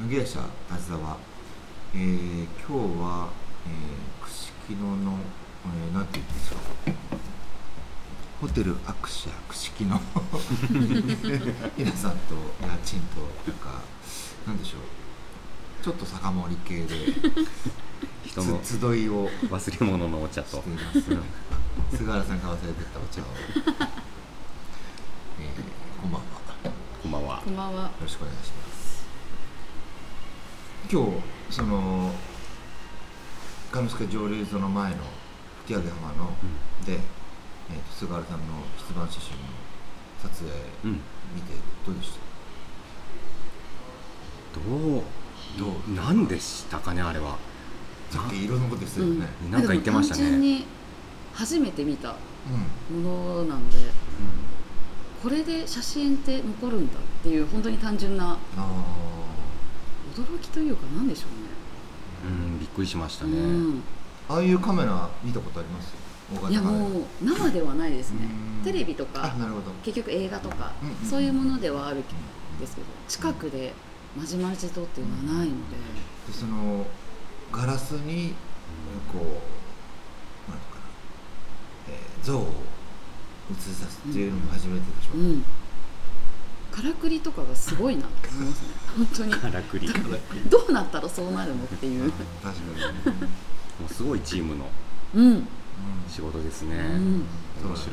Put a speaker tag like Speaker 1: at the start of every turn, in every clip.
Speaker 1: 野木社立沢、えー、今日は、えー、串木野の、えー、なんて言うんですかホテルアクシア串木野 皆さんと家賃となんかなんでしょうちょっと酒盛り系で
Speaker 2: 人の
Speaker 1: つ集いを
Speaker 2: 忘れ物のお茶
Speaker 1: し
Speaker 2: と
Speaker 1: ています菅原さんが忘れてったお茶を、えー、こんばんは。
Speaker 2: こんばんは
Speaker 3: こんばんは
Speaker 1: よ。ろしくお願いします今日その神助蒸留所の前の吹上浜の、で、えー、と菅原さんの出馬写真の撮影
Speaker 2: うん
Speaker 1: 見てどうでした、
Speaker 2: どう
Speaker 1: どう
Speaker 2: なんでしたかねあれは
Speaker 1: さっきいろんなことしてたよね
Speaker 2: うんなんか言ってましたね
Speaker 3: でも単純に初めて見た
Speaker 1: うん、
Speaker 3: ものなので、これで写真って残るんだっていう本当に単純な
Speaker 1: あ
Speaker 3: 驚きというかなんでしょう
Speaker 2: うんびっくりしました
Speaker 3: ね。
Speaker 2: ね、
Speaker 1: あああいうカメラ見たことあります大
Speaker 3: う
Speaker 1: 型
Speaker 3: ん。いや
Speaker 1: カメラ
Speaker 3: もう生ではないですね
Speaker 1: う。ん
Speaker 3: テレビと
Speaker 1: あ
Speaker 3: か
Speaker 1: なるほど
Speaker 3: 結局映画とか、
Speaker 1: うんうん
Speaker 3: そういうものではあるんですけど、近くでまじまじとっていうのはないので、
Speaker 1: でそのガラスにこうなんていうかな、えー、像を映し出すっていうのも初めてでしょ、
Speaker 3: う
Speaker 1: うん
Speaker 3: ん。からくりとかがすごいなって思いますね。本当に。
Speaker 2: からくりも
Speaker 3: どうなったらそうなるのっていう。
Speaker 1: 確かに、ね
Speaker 2: うすごいチームの
Speaker 3: うん。
Speaker 2: 仕事ですね、
Speaker 3: うん。
Speaker 2: 面白い
Speaker 3: 本当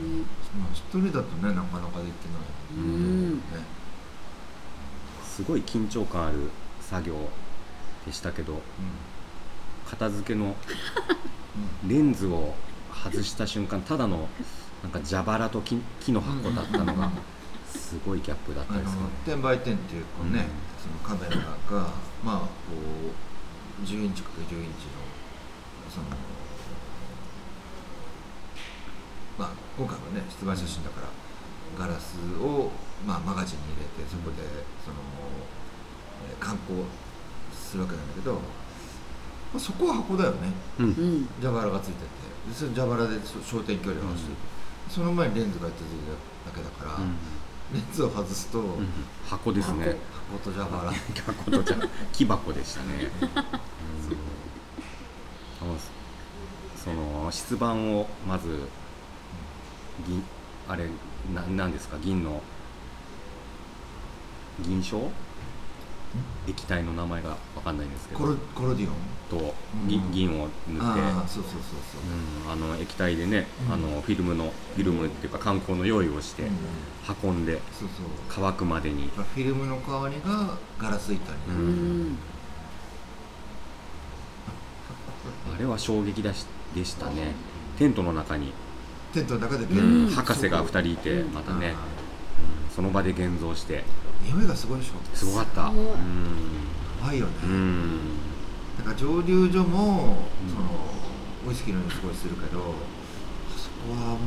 Speaker 3: に。
Speaker 1: まあ、一人だとねなかなかできな
Speaker 3: う
Speaker 1: い
Speaker 3: ん。
Speaker 1: よね、
Speaker 2: すごい緊張感ある作業でしたけど片付け
Speaker 1: う
Speaker 2: のレンズを外した瞬間ただのなんか蛇腹と木木の箱だったの
Speaker 1: うん
Speaker 2: がすごいギャップだった
Speaker 1: ん
Speaker 2: です
Speaker 1: あの
Speaker 2: ね
Speaker 1: 転売店っていうかね、そのカメラがまあこう10インチ ×10 インチのそのまあ今回はね出馬写真だからガラスを、まあ、マガジンに入れてそこでその、えー観光するわけなんだけど、まあ、そこは箱だよね
Speaker 2: うん
Speaker 3: うん。
Speaker 1: 蛇腹がついててでそれ蛇腹で焦点距離を合わせて、その前にレンズがついてるだけだから、
Speaker 2: うん
Speaker 1: レンズを外すと、
Speaker 2: うん箱ですね
Speaker 1: 箱と蛇腹
Speaker 2: 箱とじゃ木箱で したね、うんその出版をまず銀あれななんですか銀の銀賞液体の名前がわかんないんですけど
Speaker 1: コロコロディオン
Speaker 2: と
Speaker 1: うん
Speaker 2: 銀銀を塗って
Speaker 1: ああそうそうそうそう、
Speaker 2: うんあの液体でね、
Speaker 1: うん
Speaker 2: あのフィルムのフィルムっていうか観光の用意をして
Speaker 1: うん
Speaker 2: 運んで
Speaker 1: そうそう
Speaker 2: 乾くまでに
Speaker 1: フィルムの代わりがガラス板にな
Speaker 3: う
Speaker 1: る、
Speaker 3: ん。
Speaker 2: あれは衝撃だしでしたねテントの中に、
Speaker 1: テントの中で
Speaker 2: う
Speaker 1: ベ
Speaker 2: ん
Speaker 3: うん
Speaker 2: 博士が2人いて
Speaker 3: うん
Speaker 2: またね、その場で現像して
Speaker 1: 匂いがすごいでしょ
Speaker 2: すごかった
Speaker 3: すごい
Speaker 1: 怖いよね、
Speaker 2: うんうん
Speaker 1: だから蒸留所も、
Speaker 2: う
Speaker 1: そ
Speaker 2: ん
Speaker 1: のウイスキーの匂いすごいするけどあそこはも
Speaker 3: も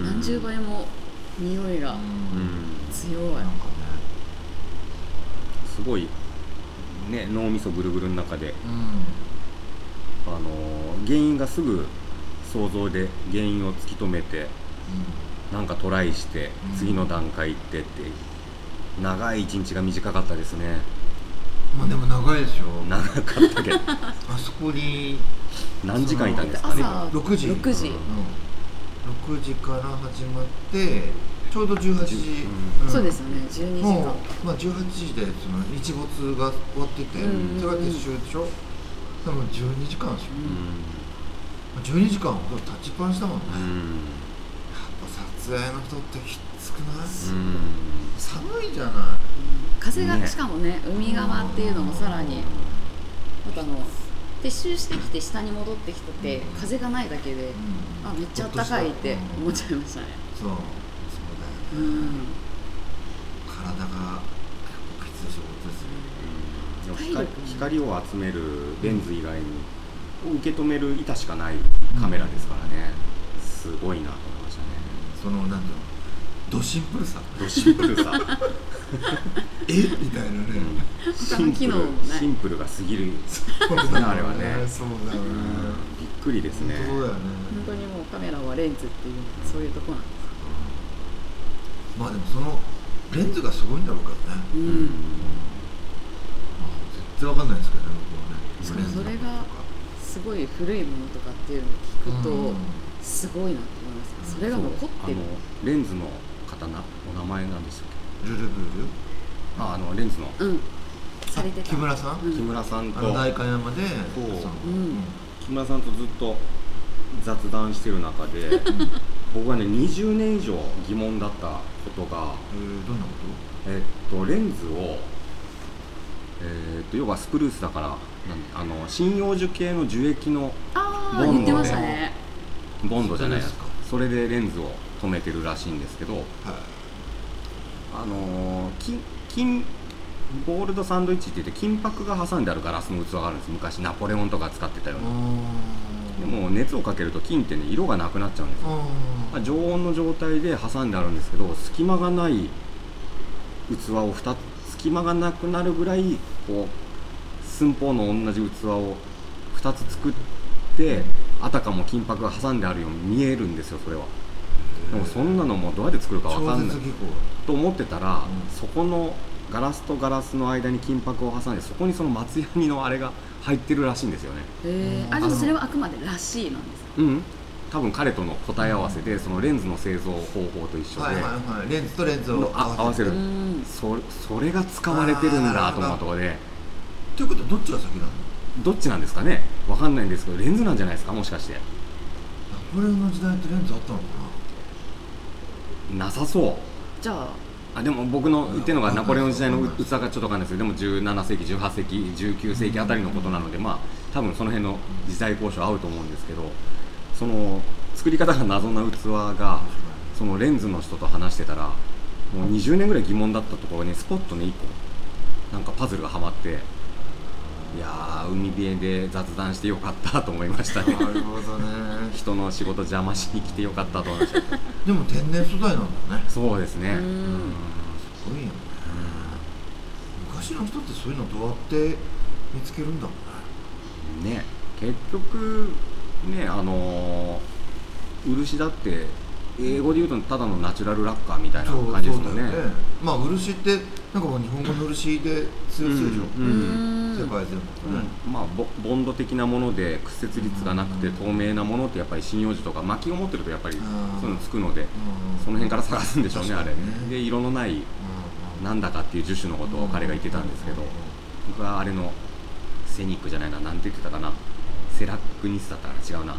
Speaker 3: う何十倍も匂いが
Speaker 1: う、
Speaker 2: う
Speaker 1: うん
Speaker 2: ん
Speaker 3: 強い。
Speaker 1: なんかね
Speaker 2: すごいね脳みそぐるぐるの中で
Speaker 1: う
Speaker 2: あのー原因がすぐ想像で原因を突き止めて
Speaker 1: ん、
Speaker 2: なんかトライして
Speaker 1: うん
Speaker 2: 次の段階行ってって長い一日が短かったですね
Speaker 1: うん、まあでも長いでしょ
Speaker 2: 長かった けど
Speaker 1: あそこに
Speaker 2: 何時間いたんですかね
Speaker 3: 朝
Speaker 1: 6時
Speaker 3: 6時。
Speaker 1: うん、6時から始まってちょうど18時、
Speaker 2: う
Speaker 1: うん
Speaker 3: そうですよね。十二時
Speaker 1: もうま
Speaker 3: 間。、
Speaker 1: あ、18時でその日没が終わってて、
Speaker 3: うんうん
Speaker 1: それが撤収でしょでも12時間でしょ
Speaker 2: う、
Speaker 1: まあ12時間ほど立ちっぱなしだもんね、
Speaker 2: んう
Speaker 1: やっ
Speaker 2: ん
Speaker 1: ぱ撮影の人ってきつくない、
Speaker 2: うん
Speaker 1: 寒いじゃない
Speaker 3: 風が、
Speaker 2: ね
Speaker 3: しかもね海側っていうのもさらにまたあの撤収してきて下に戻ってきてて風がないだけであめっちゃ暖かいって思っちゃいましたね
Speaker 1: そうそうだ
Speaker 3: う
Speaker 1: よね、
Speaker 3: ん
Speaker 1: 体が結構きつい仕事ですよね
Speaker 2: でも
Speaker 3: 体力
Speaker 2: 光光を集めるレンズ以外にを受け止める板しかないカメラですからねすごいなと思いましたね
Speaker 1: そのなんていうのドシンプルさ
Speaker 2: ドシンプルさ
Speaker 1: えみたいなね、
Speaker 2: うんシンプ
Speaker 3: 機
Speaker 2: ル
Speaker 3: 能もない
Speaker 2: シンプルがすぎるびっ
Speaker 1: そうだ
Speaker 2: あれはね
Speaker 1: そうだよね、
Speaker 2: くりですね
Speaker 1: 本当そうだよね、
Speaker 3: 本当にもうカメラはレンズっていうそういうとこなんです
Speaker 1: まあでもそのレンズがすごいんだろうけどね、
Speaker 3: う
Speaker 2: うん
Speaker 3: ん、
Speaker 1: 全然わかんないですけどね
Speaker 3: し
Speaker 1: 僕はね
Speaker 3: かもそれがすごい古いものとかっていうのを
Speaker 1: レ
Speaker 3: 聞
Speaker 1: ン
Speaker 3: く
Speaker 1: ズ
Speaker 3: と、
Speaker 1: の
Speaker 3: すごいなって思いますそれが残って
Speaker 2: そ
Speaker 3: る
Speaker 2: うあのレンズの方なお名前なんでしたっ
Speaker 1: うんルルブル
Speaker 2: けああのレンズの
Speaker 3: うんされてた
Speaker 1: 木村さん、
Speaker 3: うん
Speaker 2: 木村さん
Speaker 1: あ
Speaker 2: と
Speaker 1: の代官山で
Speaker 2: そう
Speaker 1: その
Speaker 3: うん
Speaker 2: 木村さんとずっと雑談してる中で僕はね20年以上疑問だったことが、
Speaker 1: えーどんなこ
Speaker 2: えっとレンズを、えっと要はスプルースだからなんあの針葉樹系の樹液の
Speaker 3: あ
Speaker 2: ボ
Speaker 3: あ
Speaker 2: ンド
Speaker 3: 言ってましたね
Speaker 2: ボンドじゃないや
Speaker 1: そうで
Speaker 2: それでレンズを止めてるらしいんですけど、
Speaker 1: とはい
Speaker 2: あのー金金ゴールドサンドイッチって言って金箔が挟んであるガラスの器があるんです昔ナポレオンとか使ってたような、
Speaker 1: で
Speaker 2: でも熱をかけると金ってね色がなくなっちゃうんですよ、まあ、常温の状態で挟んであるんですけど隙間がない器を2つ隙間がなくなるぐらいこう寸法の同じ器を2つ作ってあたかも金箔が挟んであるように見えるんですよそれはでもそんなのもうどうやって作るかわかんない
Speaker 1: 技巧
Speaker 2: と思ってたら、
Speaker 1: うん
Speaker 2: そこのガラスとガラスの間に金箔を挟んでそこにその松ヤニのあれが入ってるらしいんですよね
Speaker 3: へえあでもそれはあくまでらしいなんですか
Speaker 2: うん多分彼との答え合わせで、そのレンズの製造方法と一緒で、
Speaker 1: はいはいはいレンズとレンズを
Speaker 2: のあ合わせ
Speaker 1: る
Speaker 2: る、
Speaker 3: うん
Speaker 2: そそれが使われてるん
Speaker 1: あー
Speaker 2: だと思うところで
Speaker 1: ということはどっちが先なの
Speaker 2: どっちなんですかねわかんないんですけどレンズなんじゃないですかもしかして
Speaker 1: ナポレオンの時代ってレンズあったのか
Speaker 2: なさそう
Speaker 3: じゃあ
Speaker 2: あでも僕の言ってるのが
Speaker 1: うん
Speaker 2: ナポレオン時代の器がちょっとわかんないですけどでも17世紀18世紀19世紀あたりのことなので、まあ多分その辺の時代交渉合うと思うんですけどその作り方が謎な器がそのレンズの人と話してたらもう20年ぐらい疑問だったところにスポットに1個なんかパズルがはまっていやー海辺で雑談してよかったと思いましたね
Speaker 1: なるほどね
Speaker 2: 人の仕事邪魔しに来てよかったと思いました
Speaker 1: でも天然素材なんだねす
Speaker 2: そうですね
Speaker 3: うん
Speaker 2: うん
Speaker 1: ごいよね昔の人ってそういうのどうやって見つけるんだろ
Speaker 2: ね結局ねあのー漆だって英語で言うとただのナチュラルラッカーみたいな
Speaker 1: うね
Speaker 2: 感じですも
Speaker 1: そ
Speaker 2: ん
Speaker 1: う
Speaker 2: ね
Speaker 1: だよねまあ漆ってなんかもう日本語の漆で通
Speaker 2: うん
Speaker 1: じるでしょ
Speaker 2: う
Speaker 3: うん
Speaker 1: 世界全
Speaker 3: ん
Speaker 1: 部ね
Speaker 2: うんまあボボンド的なもので屈折率がなくて透明なものってやっぱり針葉樹とか薪を持ってるとやっぱり
Speaker 1: うん
Speaker 2: そういうのつくので
Speaker 1: うん
Speaker 2: その辺から探すんでしょうねあ
Speaker 1: 確か
Speaker 2: れ
Speaker 1: にね
Speaker 2: で色のない
Speaker 1: うんうん
Speaker 2: なんだかっていう樹種のことを彼が言ってたんですけど僕はあれのセニックじゃないななんて言ってたかなセラックニスだったから違うな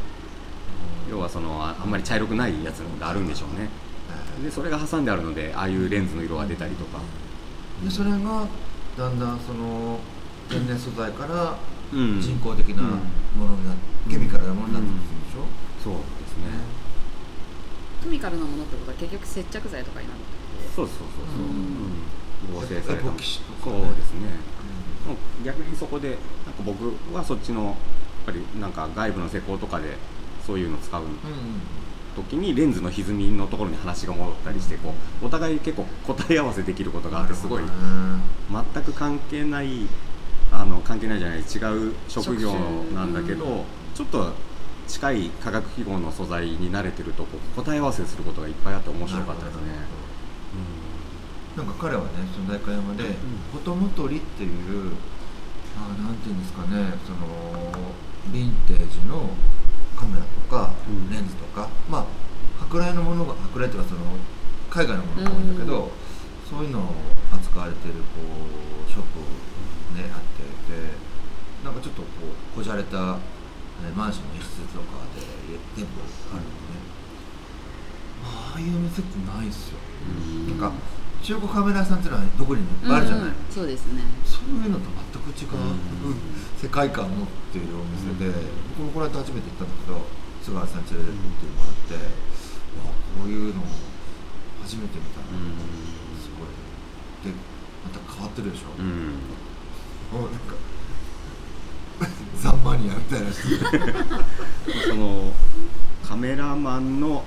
Speaker 2: 要はそのああんまり茶色くないやつがあるんでしょうねでそれが挟んであるのでああいうレンズの色が出たりとか
Speaker 1: でそれがだんだんその天然素材から
Speaker 2: うん
Speaker 1: 人工的な
Speaker 2: うん
Speaker 1: ものになっケミカルなものになってくるんでしょ、
Speaker 2: そうですね
Speaker 3: ケミカルなものってことは結局接着剤とかになる
Speaker 2: そうそうそうそううん合成された
Speaker 1: エポキシとかね
Speaker 2: そうですねもう逆にそこでなんか僕はそっちのやっぱりなんか外部の施工とかでそういうの使う
Speaker 1: うんうん
Speaker 2: 時にレンズの歪みのところに話が戻ったりしてこうお互い結構答え合わせできることがあってすごい
Speaker 1: なるほどね
Speaker 2: 全く関係ないあの関係ないじゃない違う職業なんだけど、
Speaker 3: 職種
Speaker 2: ちょっと近い化学記号の素材に慣れてるとこう答え合わせすることがいっぱいあって面白かったですね。
Speaker 1: なんか彼はねその代官山でこともとりっていうあーなんていうんですかねそのヴィンテージのカメラとか
Speaker 2: うん
Speaker 1: レンズとか、まあ舶来のものが舶来っていうかその海外のものが多いんだけど、そういうのを扱われてるこうショップねあってでなんかちょっとこうこじゃれた、ね、マンションの一室とかで全部あるのね、ああいう店ってないっすよ
Speaker 2: うん
Speaker 1: なんか中古カメラ屋さんっていうのはどこにもいっぱいあるじゃない、
Speaker 3: うんそうですね
Speaker 1: そういうのと全く違う、
Speaker 2: うん
Speaker 1: 世界観を持っているお店で、
Speaker 2: うん
Speaker 1: 僕もこの間初めて行ったんだけど菅原さんに連れてってもらって、わあこういうの初めて見たな、すごいでまた変わってるでしょ、
Speaker 2: うんうん
Speaker 1: もうなんか ザ・マニアみたいな 人
Speaker 2: そのカメラマンの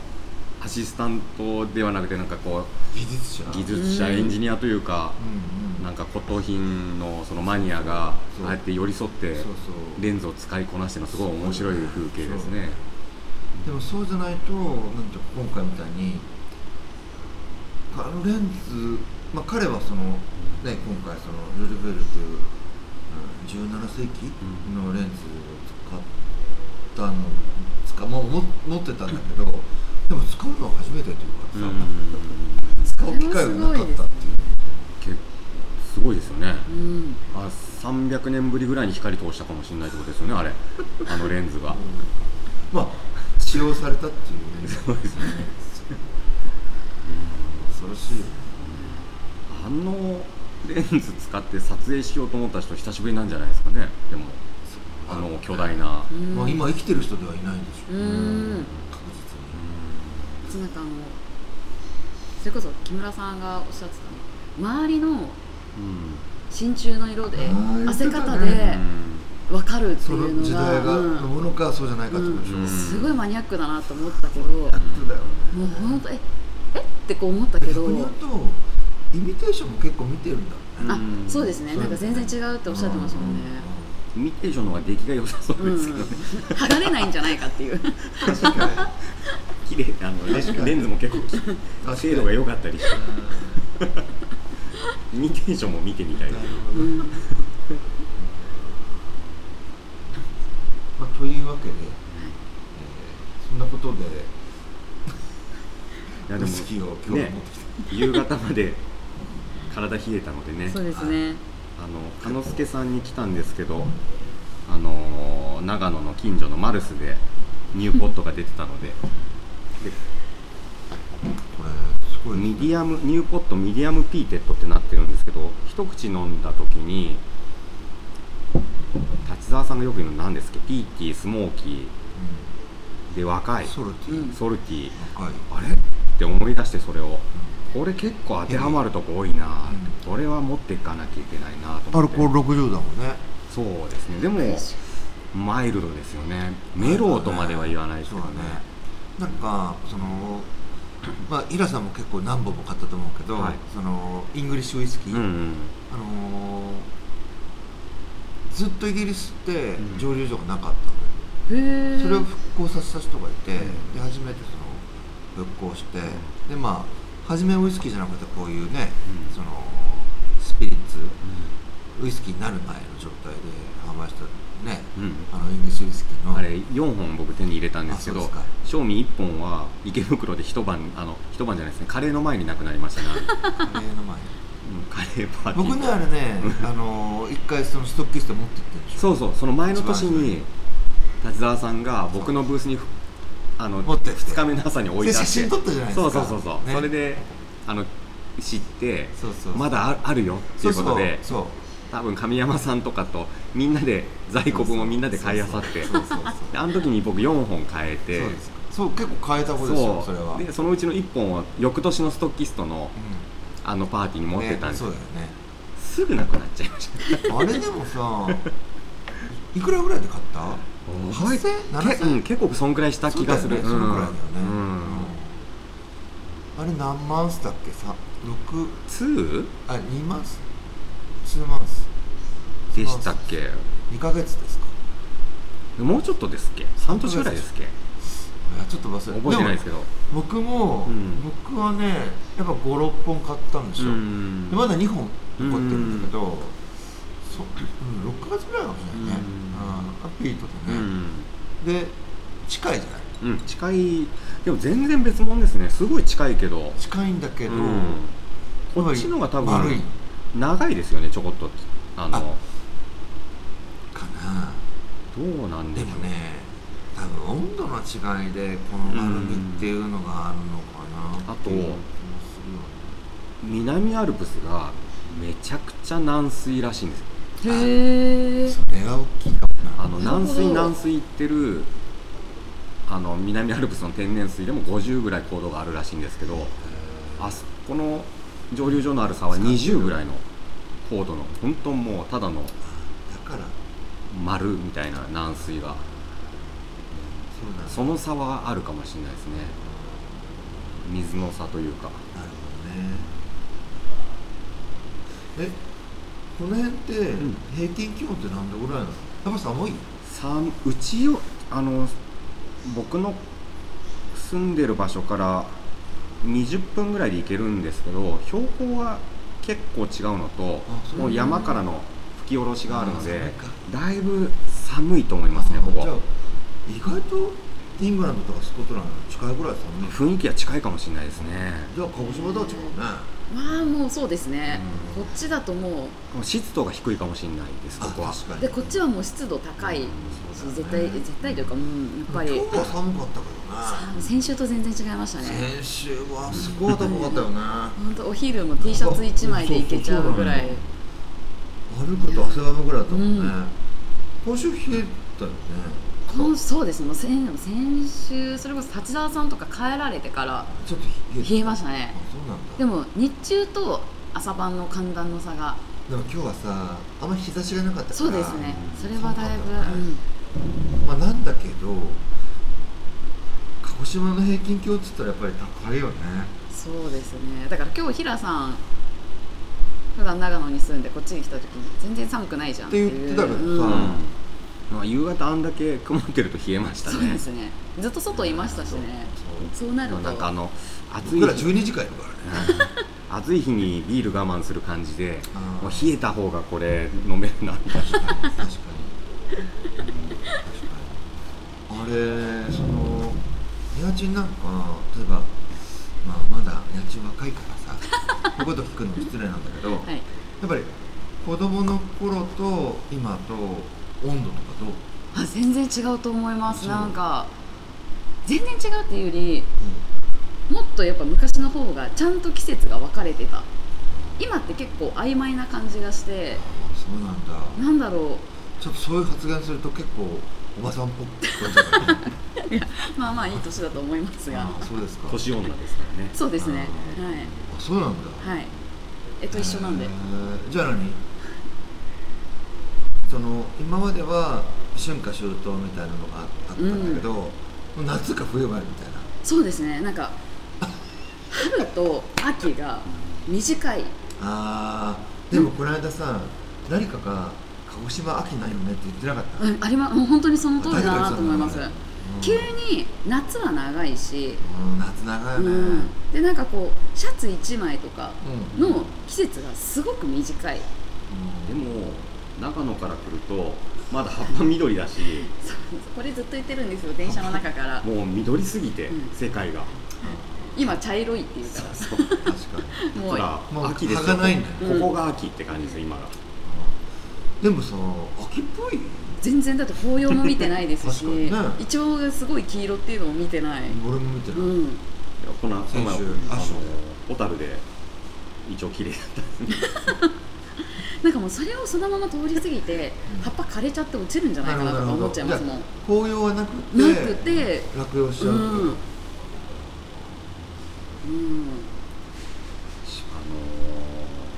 Speaker 2: アシスタントではなくてなんかこ
Speaker 1: 技術者
Speaker 2: う技術者
Speaker 3: うん
Speaker 2: エンジニアというか
Speaker 1: うんうん
Speaker 2: なんか骨董品のそのマニアが
Speaker 1: そう
Speaker 2: ああやって寄り添って
Speaker 1: そうそう
Speaker 2: レンズを使いこなしてるのすごい面白い風景ですね。
Speaker 1: でもそうじゃないとなんていうか今回みたいにあのレンズまあ、彼はその、ね、今回そのルルベルという、うん、17世紀のレンズを使ったの使もうも持ってたんだけどでも使うのは初めてというかさ、使う機会がなかったっていう
Speaker 2: けすごいですよね
Speaker 3: うん
Speaker 2: あ300年ぶりぐらいに光通したかもしれないってことですよねあれあのレンズが
Speaker 1: まあ使用されたっていうね
Speaker 2: そうですね
Speaker 1: 恐ろしいよね
Speaker 2: あのレンズ使って撮影しようと思った人久しぶりなんじゃないですかねでもあの巨大な
Speaker 3: う、ん
Speaker 1: まあ、今生きてる人ではいないんでしょ
Speaker 3: う
Speaker 1: う、
Speaker 3: ん
Speaker 1: 確実に
Speaker 3: そのなんかあのそれこそ木村さんがおっしゃってたの周りの
Speaker 2: うん
Speaker 3: 真鍮の色で
Speaker 1: あー
Speaker 3: 汗方
Speaker 1: 言ってた
Speaker 2: う
Speaker 3: で
Speaker 2: ん
Speaker 3: 分かるって
Speaker 1: そ
Speaker 3: い
Speaker 1: の
Speaker 3: う
Speaker 1: 時
Speaker 3: の
Speaker 1: 代
Speaker 3: が
Speaker 1: が
Speaker 3: うん
Speaker 1: のものかそうじゃないかってことでしょ、う
Speaker 2: うん
Speaker 3: すごいマニアックだなと思ったけどもう
Speaker 1: そうだよね
Speaker 3: 本当ええってこう思ったけど
Speaker 1: 逆に言うとイミテーションも結構見てるんだろうね
Speaker 3: あそうですねなんか全然違うっておっしゃってましたもんね
Speaker 2: イミテーションの方が出来が良さそう
Speaker 3: うん
Speaker 2: ですけどね、
Speaker 3: 剥がれないんじゃないかっていう
Speaker 1: うん確かに
Speaker 2: 綺麗あのレ
Speaker 1: 確かに
Speaker 2: レンズも結構精度が良かったりしてイミテーションも見てみたい
Speaker 1: な
Speaker 2: な
Speaker 1: るほ
Speaker 3: う
Speaker 1: どね
Speaker 3: んは
Speaker 1: まあ、というわけで、え
Speaker 3: い
Speaker 1: ーそんなことで
Speaker 2: いや
Speaker 1: ウイスキーを今日は
Speaker 2: ね
Speaker 1: 持ってきて、
Speaker 2: 夕方まで体冷えたのでね
Speaker 3: そうですね
Speaker 2: あの鹿之助さんに来たんですけどあのー長野の近所のマルスでニューポットが出てたので
Speaker 1: これすごい
Speaker 2: ミディアムニューポットミディアムピーテッドってなってるんですけど一口飲んだ時に立沢さんがよく言うの何ですっけピーティースモーキーで若
Speaker 1: うん
Speaker 2: い
Speaker 1: ソルティ、
Speaker 3: うん
Speaker 2: ソルティー
Speaker 1: 若い
Speaker 2: あれって思い出してそれをこれ結構当てはまるとこ多いなこれは持っていかなきゃいけないなと
Speaker 1: ア
Speaker 2: 思
Speaker 1: ル
Speaker 2: って
Speaker 1: コール60だもんね
Speaker 2: そうですねでもマイルドですよねメローとまでは言わないですけどね
Speaker 1: そうだねなんかそのまあイラさんも結構何本も買ったと思うけど、
Speaker 2: はい
Speaker 1: そのイングリッシュウイスキー、
Speaker 2: うんうん
Speaker 1: あのーずっとイギリスって
Speaker 2: うん
Speaker 1: 蒸留所がなかった
Speaker 3: へえ
Speaker 1: のよ、それを復興させた人がいて、
Speaker 2: うん
Speaker 1: で初めてその復興して、でまあ初めはウイスキーじゃなくてこういうね、
Speaker 2: うん
Speaker 1: そのスピリッツウイスキーになる前の状態で販売したね、
Speaker 2: うん
Speaker 1: あのイングリッシュウイスキーの
Speaker 2: あれ4本僕手に入れたんですけ
Speaker 1: あそ
Speaker 2: ど
Speaker 1: うですか
Speaker 2: 賞味1本は池袋で一晩あの一晩じゃないですねカレーの前になくなりま したねあれうん
Speaker 1: カレーの前に
Speaker 2: カレーパーティー
Speaker 1: 僕ねあれねあの一回そのストッキスト持ってってるでしょ
Speaker 2: そうそうその前の年に立沢さんが僕のブースにふあの
Speaker 1: 持ってって
Speaker 2: 2日目の朝に置いてあって
Speaker 1: で写真撮ったじゃないですか
Speaker 2: そうそうそうそう、
Speaker 1: ね
Speaker 2: それであの知って
Speaker 1: そうそうそう
Speaker 2: まだああるよっ
Speaker 1: そ
Speaker 2: ていううこ
Speaker 1: そう
Speaker 2: とで
Speaker 1: そう
Speaker 2: 多分神山さんとかとみんなで在庫分をみんなで買いあさって
Speaker 1: そうそうそうそう
Speaker 2: であの時に僕4本買えて
Speaker 1: そうですかそう結構変えたことですよそれは
Speaker 2: でそのうちの1本は翌年のストッキストの
Speaker 1: う
Speaker 2: あのパーティーに
Speaker 1: ん
Speaker 2: 持ってたんです、
Speaker 1: ね
Speaker 2: すぐなくなっちゃいました
Speaker 1: そうだよねあれでも さいくらぐらいで買った
Speaker 2: 覚えてけう
Speaker 1: ?8000?7000?
Speaker 2: ん結構そんくらいした気がする
Speaker 1: そうだよねそのくらいだよね
Speaker 2: うん
Speaker 1: うんあれ何マンスだっけさ6
Speaker 2: 2?
Speaker 1: あ2マンス2マンス
Speaker 2: でしたっけ
Speaker 1: 2ヶ月ですか
Speaker 2: もうちょっとですっけ半年ぐらいですっけ
Speaker 1: いやちょっと忘れ
Speaker 2: 覚えてないですけ
Speaker 1: ど
Speaker 2: ど
Speaker 1: 僕も、
Speaker 2: うん
Speaker 1: 僕はねやっぱ56本買ったんですよ、
Speaker 2: うん
Speaker 1: でまだ2本残ってるんだけど、そうん、6ヶ月ぐらいかもしれないね、
Speaker 2: うん
Speaker 1: うんアピート
Speaker 2: う
Speaker 1: でね、
Speaker 2: ん
Speaker 1: で近いじゃない
Speaker 2: うん近いでも全然別物ですねすごい近いけど
Speaker 1: 近いんだけど、
Speaker 2: うん、こっちのが多
Speaker 1: 丸い
Speaker 2: 分長いですよねちょこっとあの
Speaker 1: あかな
Speaker 2: どうなんで
Speaker 1: で
Speaker 2: しょ
Speaker 1: も
Speaker 2: う
Speaker 1: ね多分温度の違いでこの丸みっていうのがあるのかな
Speaker 2: あ
Speaker 1: っ
Speaker 2: と
Speaker 1: ていう気も
Speaker 2: 南アルプスがめちゃくちゃ軟水らしいんですよ
Speaker 3: へえ
Speaker 1: するよねそれが大きいかもな
Speaker 2: あの軟水軟水いってるあの南アルプスの天然水でも50ぐらい高度があるらしいんですけどあそこの蒸留所のある差は20ぐらいの高度の本当もうただの
Speaker 1: だから
Speaker 2: 丸みたいな軟水が
Speaker 1: そうなんだ
Speaker 2: その差はあるかもしれないですね水の差というか
Speaker 1: なるほどねえこの辺って
Speaker 2: ん
Speaker 1: 平均気温って何度ぐらいなのやっぱ寒い
Speaker 2: 寒うちよあの僕の住んでる場所から20分ぐらいで行けるんですけど標高は結構違うのと
Speaker 1: あそう
Speaker 2: もう山からの吹き下ろしがあるので
Speaker 1: あそ
Speaker 2: だいぶ寒いと思いますねこ
Speaker 1: じゃあ
Speaker 2: こ
Speaker 1: 意外とイングランドとかスコットランド近いぐらいですもんね
Speaker 2: 雰囲気は近いかもしれないですね
Speaker 1: じゃあ鹿児島とは違うね
Speaker 3: まあもうそうですね
Speaker 2: う
Speaker 3: こっちだとも
Speaker 2: 湿度が低いかもしれないですここは
Speaker 1: あ確か
Speaker 3: う
Speaker 1: に
Speaker 3: でこっちはもう湿度高いし
Speaker 1: そうだ
Speaker 3: 絶
Speaker 1: ね
Speaker 3: 対絶対というかうんやっぱり
Speaker 1: 今日は寒かった
Speaker 3: さ先週と全然違いました
Speaker 1: けど
Speaker 3: ね
Speaker 1: ね先週はすごい暖かかったよね
Speaker 3: 本当お昼も T シャツ1枚でいけちゃうぐらい
Speaker 1: 歩くと汗ばむぐらいだったもんね、
Speaker 3: うん
Speaker 1: 今週冷えたよね
Speaker 3: 今そうですねもう先先週それこそ立沢さんとか帰られてから
Speaker 1: ちょっと冷え
Speaker 3: 冷えましたた
Speaker 1: あ
Speaker 3: ね
Speaker 1: そうなんだ
Speaker 3: でも日中と朝晩の寒暖の差が
Speaker 1: でも今日はさあんまり日差しがなかったから
Speaker 3: そうですねそれはだいぶ、
Speaker 1: 寒かったね
Speaker 3: うん
Speaker 1: まあなんだけど鹿児島の平均気温っつったらやっぱり高いよね
Speaker 3: そうですねだから今日平さん普段長野に住んでこっちに来た時に全然寒くないじゃん
Speaker 1: って言ってたけどさ
Speaker 3: うん
Speaker 1: うん
Speaker 2: まあ夕方あんだけ曇ってると冷えました
Speaker 3: そう
Speaker 2: ね
Speaker 3: ですねずっと外いましたしねそうなると
Speaker 2: なんかあの暑い
Speaker 1: 僕ら
Speaker 2: 日
Speaker 1: 12時間いるからね
Speaker 2: 暑い日にビール我慢する感じで
Speaker 1: あー
Speaker 2: もう冷えた方がこれ飲めるなみたいな
Speaker 1: 確かに確かに確かにあれその家賃なんか例えば、まあ、まだ家賃若いからさ こういうこと聞くの失礼なんだけど、や
Speaker 3: はい
Speaker 1: っぱり子供の頃と今と温度とかどう
Speaker 3: あ全然違うと思います
Speaker 1: そう
Speaker 3: なんか全然違うっていうよりもっとやっぱ昔の方がちゃんと季節が分かれてた今って結構曖昧な感じがして
Speaker 1: ああそうなんだ
Speaker 3: なんだろ
Speaker 1: ちょっとそういう発言すると結構おばさんっぽく聞こえちゃうからね
Speaker 3: うまあまあいい年だと 思いますが
Speaker 1: ああそうですか
Speaker 2: 年女ですからね
Speaker 3: そうですね
Speaker 1: あそうなんだ
Speaker 3: はいはいえっと一緒なんで
Speaker 1: へーじゃあ何その今までは春夏秋冬みたいなのがああったんだけど、もう夏か冬までみたいな
Speaker 3: そうですねなんか春と秋が短い
Speaker 1: あーでもこの間さ誰かが「鹿児島秋ないよね」って言ってなかった、
Speaker 3: うんありまもう本当にその通り
Speaker 1: 誰か
Speaker 3: だ
Speaker 1: が言ってたんだ
Speaker 3: なと思います
Speaker 1: あれうん
Speaker 3: 急に夏は長いし、
Speaker 1: うん夏長いよ
Speaker 3: う
Speaker 1: ね、
Speaker 3: ん、でなんかこうシャツ1枚とか
Speaker 1: うん
Speaker 3: の季節がすごく短い
Speaker 2: でも長野から来るとまだ葉っぱ緑だし
Speaker 3: そうこれずっと言ってるんですよ電車の中から
Speaker 2: もう緑すぎて
Speaker 3: うん
Speaker 2: 世界が、
Speaker 3: 今茶色いっていうから
Speaker 2: そう
Speaker 1: 確かに
Speaker 3: も
Speaker 2: ほ
Speaker 3: う
Speaker 2: ら
Speaker 1: もう
Speaker 2: 秋ですよ
Speaker 1: 葉がないん
Speaker 2: こ
Speaker 1: だよ
Speaker 2: ここが秋って感じです今が
Speaker 1: でもさ秋っぽい
Speaker 3: 全然だって紅葉も見てないです
Speaker 1: 確か
Speaker 3: し、
Speaker 1: にね
Speaker 3: イチョウがすごい黄色っていうのも見てない、
Speaker 1: 俺も見てない、
Speaker 3: うん、
Speaker 2: このこの前
Speaker 1: 先週
Speaker 2: あ
Speaker 1: あ
Speaker 2: の
Speaker 1: そう
Speaker 2: 小樽で一応綺麗だった
Speaker 3: なんかもうそれをそのまま通り過ぎて
Speaker 1: うん
Speaker 3: 葉っぱ枯れちゃって落ちるんじゃないかなとか思っちゃいますもんな
Speaker 1: 紅葉はなくて
Speaker 3: くて
Speaker 1: 落葉しち
Speaker 3: う
Speaker 1: ゃう、
Speaker 3: ん、うん、
Speaker 2: あのー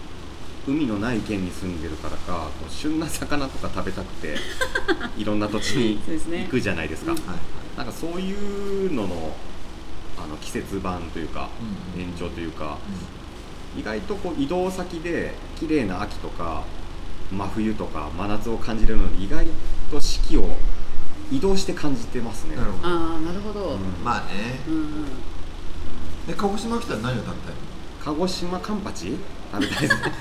Speaker 2: 海のない県に住んでるからかこう旬な魚とか食べたく ていろんな土地に
Speaker 3: そうですね
Speaker 2: 行くじゃないですか
Speaker 3: うん
Speaker 1: はい
Speaker 2: なんかそういうののあの季節版というか、
Speaker 1: うん
Speaker 2: 延長というか意外とこう移動先で綺麗な秋とか真冬とか真夏を感じるので意外と四季を移動して感じてますね
Speaker 1: なるほど
Speaker 3: ああなるほど、
Speaker 2: うん
Speaker 1: まあね
Speaker 3: うんうん、
Speaker 1: で鹿児島来たら何を食べ
Speaker 2: 鹿児島カンパチ食べたい ですね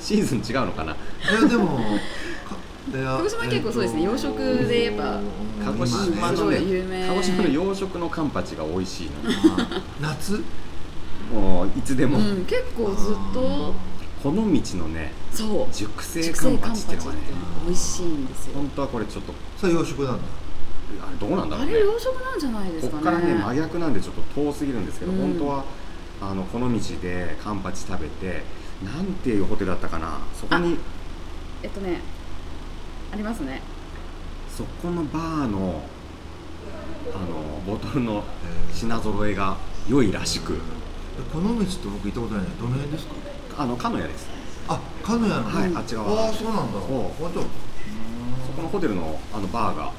Speaker 2: シーズン違うのかな
Speaker 1: たいのいやでもかいや
Speaker 3: 鹿児島結構そうですね
Speaker 1: えっと
Speaker 3: 洋食でやっぱ
Speaker 1: うん
Speaker 2: 鹿
Speaker 1: 今
Speaker 2: 児島
Speaker 1: ね
Speaker 2: の
Speaker 3: すごい有
Speaker 2: ね
Speaker 3: 名
Speaker 2: 鹿児島の洋食のカンパチが美味しい の
Speaker 1: あ夏
Speaker 2: もういつでも、
Speaker 3: うん、結構ずっと
Speaker 2: この道のね
Speaker 3: そう
Speaker 2: 熟成
Speaker 3: 熟
Speaker 2: カ
Speaker 3: 成
Speaker 2: ン
Speaker 3: カ
Speaker 2: パ
Speaker 3: ンパ
Speaker 2: チ
Speaker 3: チ
Speaker 2: っ
Speaker 3: って
Speaker 2: いうの
Speaker 3: て
Speaker 2: がね
Speaker 3: いうのが美味しいんですよ
Speaker 2: 本当はこれちょっと
Speaker 1: それ洋食なんだ
Speaker 2: あれどうなんだろ
Speaker 3: あ
Speaker 2: うね
Speaker 3: れ洋食なんじゃないです
Speaker 2: こ
Speaker 3: か
Speaker 2: っ
Speaker 3: ね
Speaker 2: からね真逆なんでちょっと遠すぎるんですけど、
Speaker 3: うん
Speaker 2: 本当はあのこの道でカンパチ食べてなんていうホテルだったかなそこに
Speaker 3: えっとねありますね
Speaker 2: そこのバーのあのボトルの品揃えが良いらしく
Speaker 1: この道って僕行ったことないねどの辺ですか
Speaker 2: あの鹿屋です
Speaker 1: あ鹿屋の
Speaker 2: はいあっち側
Speaker 1: ああそうなんだ
Speaker 2: そう
Speaker 1: あじゃあ
Speaker 2: そこのホテルのあのバーが
Speaker 1: あ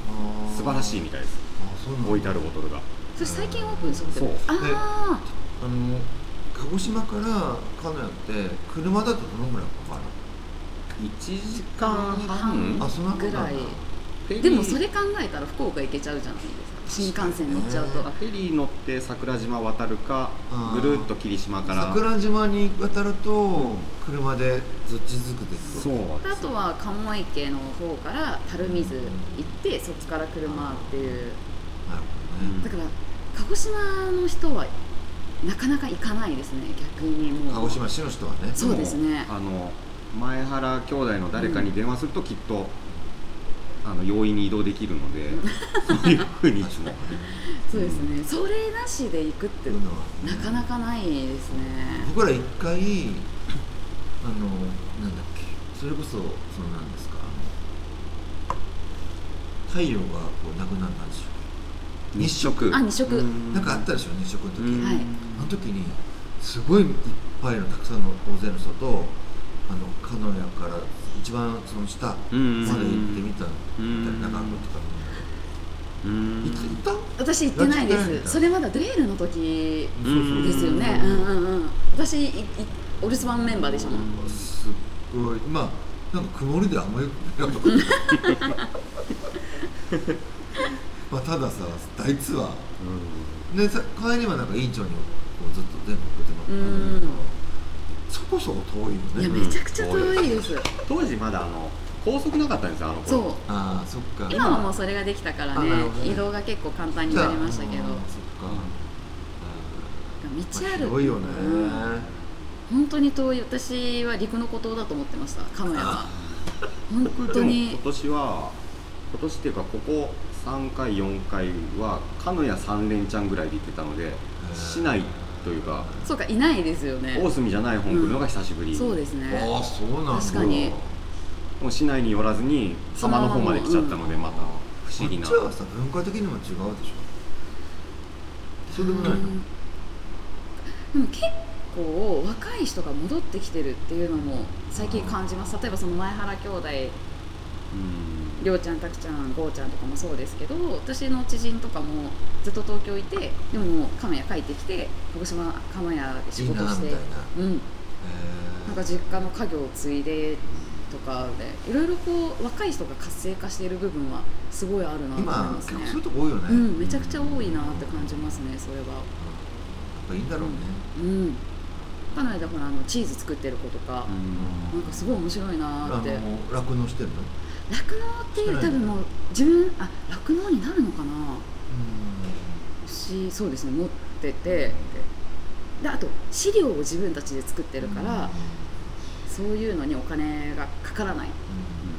Speaker 1: ー
Speaker 2: 素晴らしいみたいです
Speaker 1: あそうなんだ
Speaker 2: 置いてあるボトルが
Speaker 3: それ最近オープンしたって
Speaker 2: そう
Speaker 3: あ
Speaker 1: あの鹿児島から鹿屋って車だとどのぐらいかか
Speaker 2: 1時間半
Speaker 1: るあその
Speaker 3: ぐらい
Speaker 2: フェリー
Speaker 3: あでもそれ考えたら福岡行けちゃうじゃないですか新幹線乗っちゃうと、
Speaker 1: うん
Speaker 2: フェリー乗って桜島渡るか
Speaker 1: あー
Speaker 2: ぐるっと霧島から
Speaker 1: 桜島に渡ると車でずっちづくで
Speaker 2: そう
Speaker 1: う
Speaker 3: あとは鴨池の方から垂水行ってそっちから車っていう
Speaker 1: なる
Speaker 2: うん
Speaker 3: だから鹿児島の人はなかなか行かないですね逆にもう
Speaker 1: ほどね鹿児島市の人はね
Speaker 3: そうですね
Speaker 2: あの前原兄弟の誰かに電話するときっと、あの容易に移動できるのでそういうふうにいつも
Speaker 3: そうですね、それなしで行くって
Speaker 1: いうのはね
Speaker 3: なかなかないですね
Speaker 1: 僕ら一回あのなんだっけそれこそそのなんですかあの太陽がこうなくなったんですよ
Speaker 2: 日食
Speaker 3: あ日食
Speaker 2: うん
Speaker 1: なんかあったでしょ日食の時、
Speaker 2: うん
Speaker 3: はい
Speaker 1: あの時にすごいいっぱいのたくさんの大勢の人とあの鹿屋から一番その下ま
Speaker 2: う
Speaker 1: で行
Speaker 2: ん
Speaker 1: ってみた
Speaker 2: うん
Speaker 1: みたいななんかあのとか
Speaker 2: うん
Speaker 1: 行った行っ
Speaker 3: 私行ってないで
Speaker 1: 行ってないんだ
Speaker 3: すそれまだデュエルの時
Speaker 1: た
Speaker 2: うん
Speaker 3: ですよね
Speaker 1: う
Speaker 3: うんんうんうん私いいお留守番メンバーでしたもん
Speaker 1: すっごいまあなんか曇りであんまよくなかったまあたださ大ツアーでさ帰りはなんか院長にこうずっと全部送ってもらったんだけど
Speaker 3: うん
Speaker 1: そこそこ遠い
Speaker 3: いや
Speaker 1: よね
Speaker 3: めちゃくちゃ遠いです
Speaker 2: 当時まだあの高速なかったんですよあの頃
Speaker 3: そう
Speaker 1: ああそっか
Speaker 3: 今はもうそれができたから
Speaker 1: あ
Speaker 3: ね
Speaker 1: なるほどね
Speaker 3: 移動が結構簡単になりましたけど
Speaker 1: あーそっ
Speaker 3: 道
Speaker 1: か
Speaker 3: ある、
Speaker 1: 広いよね、
Speaker 3: うん本当に遠い私は陸の孤島だと思ってました鹿屋は本
Speaker 2: 僕で
Speaker 3: 当
Speaker 2: も
Speaker 3: に
Speaker 2: 今年は今年っていうかここ3回4回は鹿屋三連チャンぐらいで行ってたので市内というか
Speaker 3: そうかいないですよね
Speaker 2: 大隅じゃない本来るのが久しぶり、
Speaker 3: そうですね
Speaker 1: ああそうなんだ
Speaker 3: 確かに
Speaker 2: もう市内に寄らずに浜の方まで来ちゃったのでまた不
Speaker 1: こ
Speaker 2: 思議
Speaker 1: っ
Speaker 2: な
Speaker 1: ちはさ文化的にも違うでしょそうでもないの、
Speaker 3: うんでも結構若い人が戻ってきてるっていうのも最近感じます例えばその前原兄弟りょうちゃんたくちゃんごうちゃんとかもそうですけど私の知人とかもずっと東京いてでも亀屋帰ってきて鹿児島亀屋で仕事して
Speaker 1: いいなみたい
Speaker 3: うん、
Speaker 1: えー
Speaker 3: なんか実家の家業を継いでとかでいろいろこう若い人が活性化している部分はすごいあるなと思い
Speaker 1: 今
Speaker 3: ます
Speaker 1: 結
Speaker 3: ね
Speaker 1: 構そういうとこ多いよね、
Speaker 3: う
Speaker 1: やっ
Speaker 3: んめちゃくちゃ多いなって感じますねそれは
Speaker 1: ぱいいんだろうね、
Speaker 3: うんこの間ほらあのチーズ作ってる子とか、なんかすごい面白いなーって
Speaker 1: あの酪農してるの
Speaker 3: 酪農っていう多分もう自分あ酪農になるのかなしそうですね持っててであと飼料を自分たちで作ってるから、そういうのにお金がかからない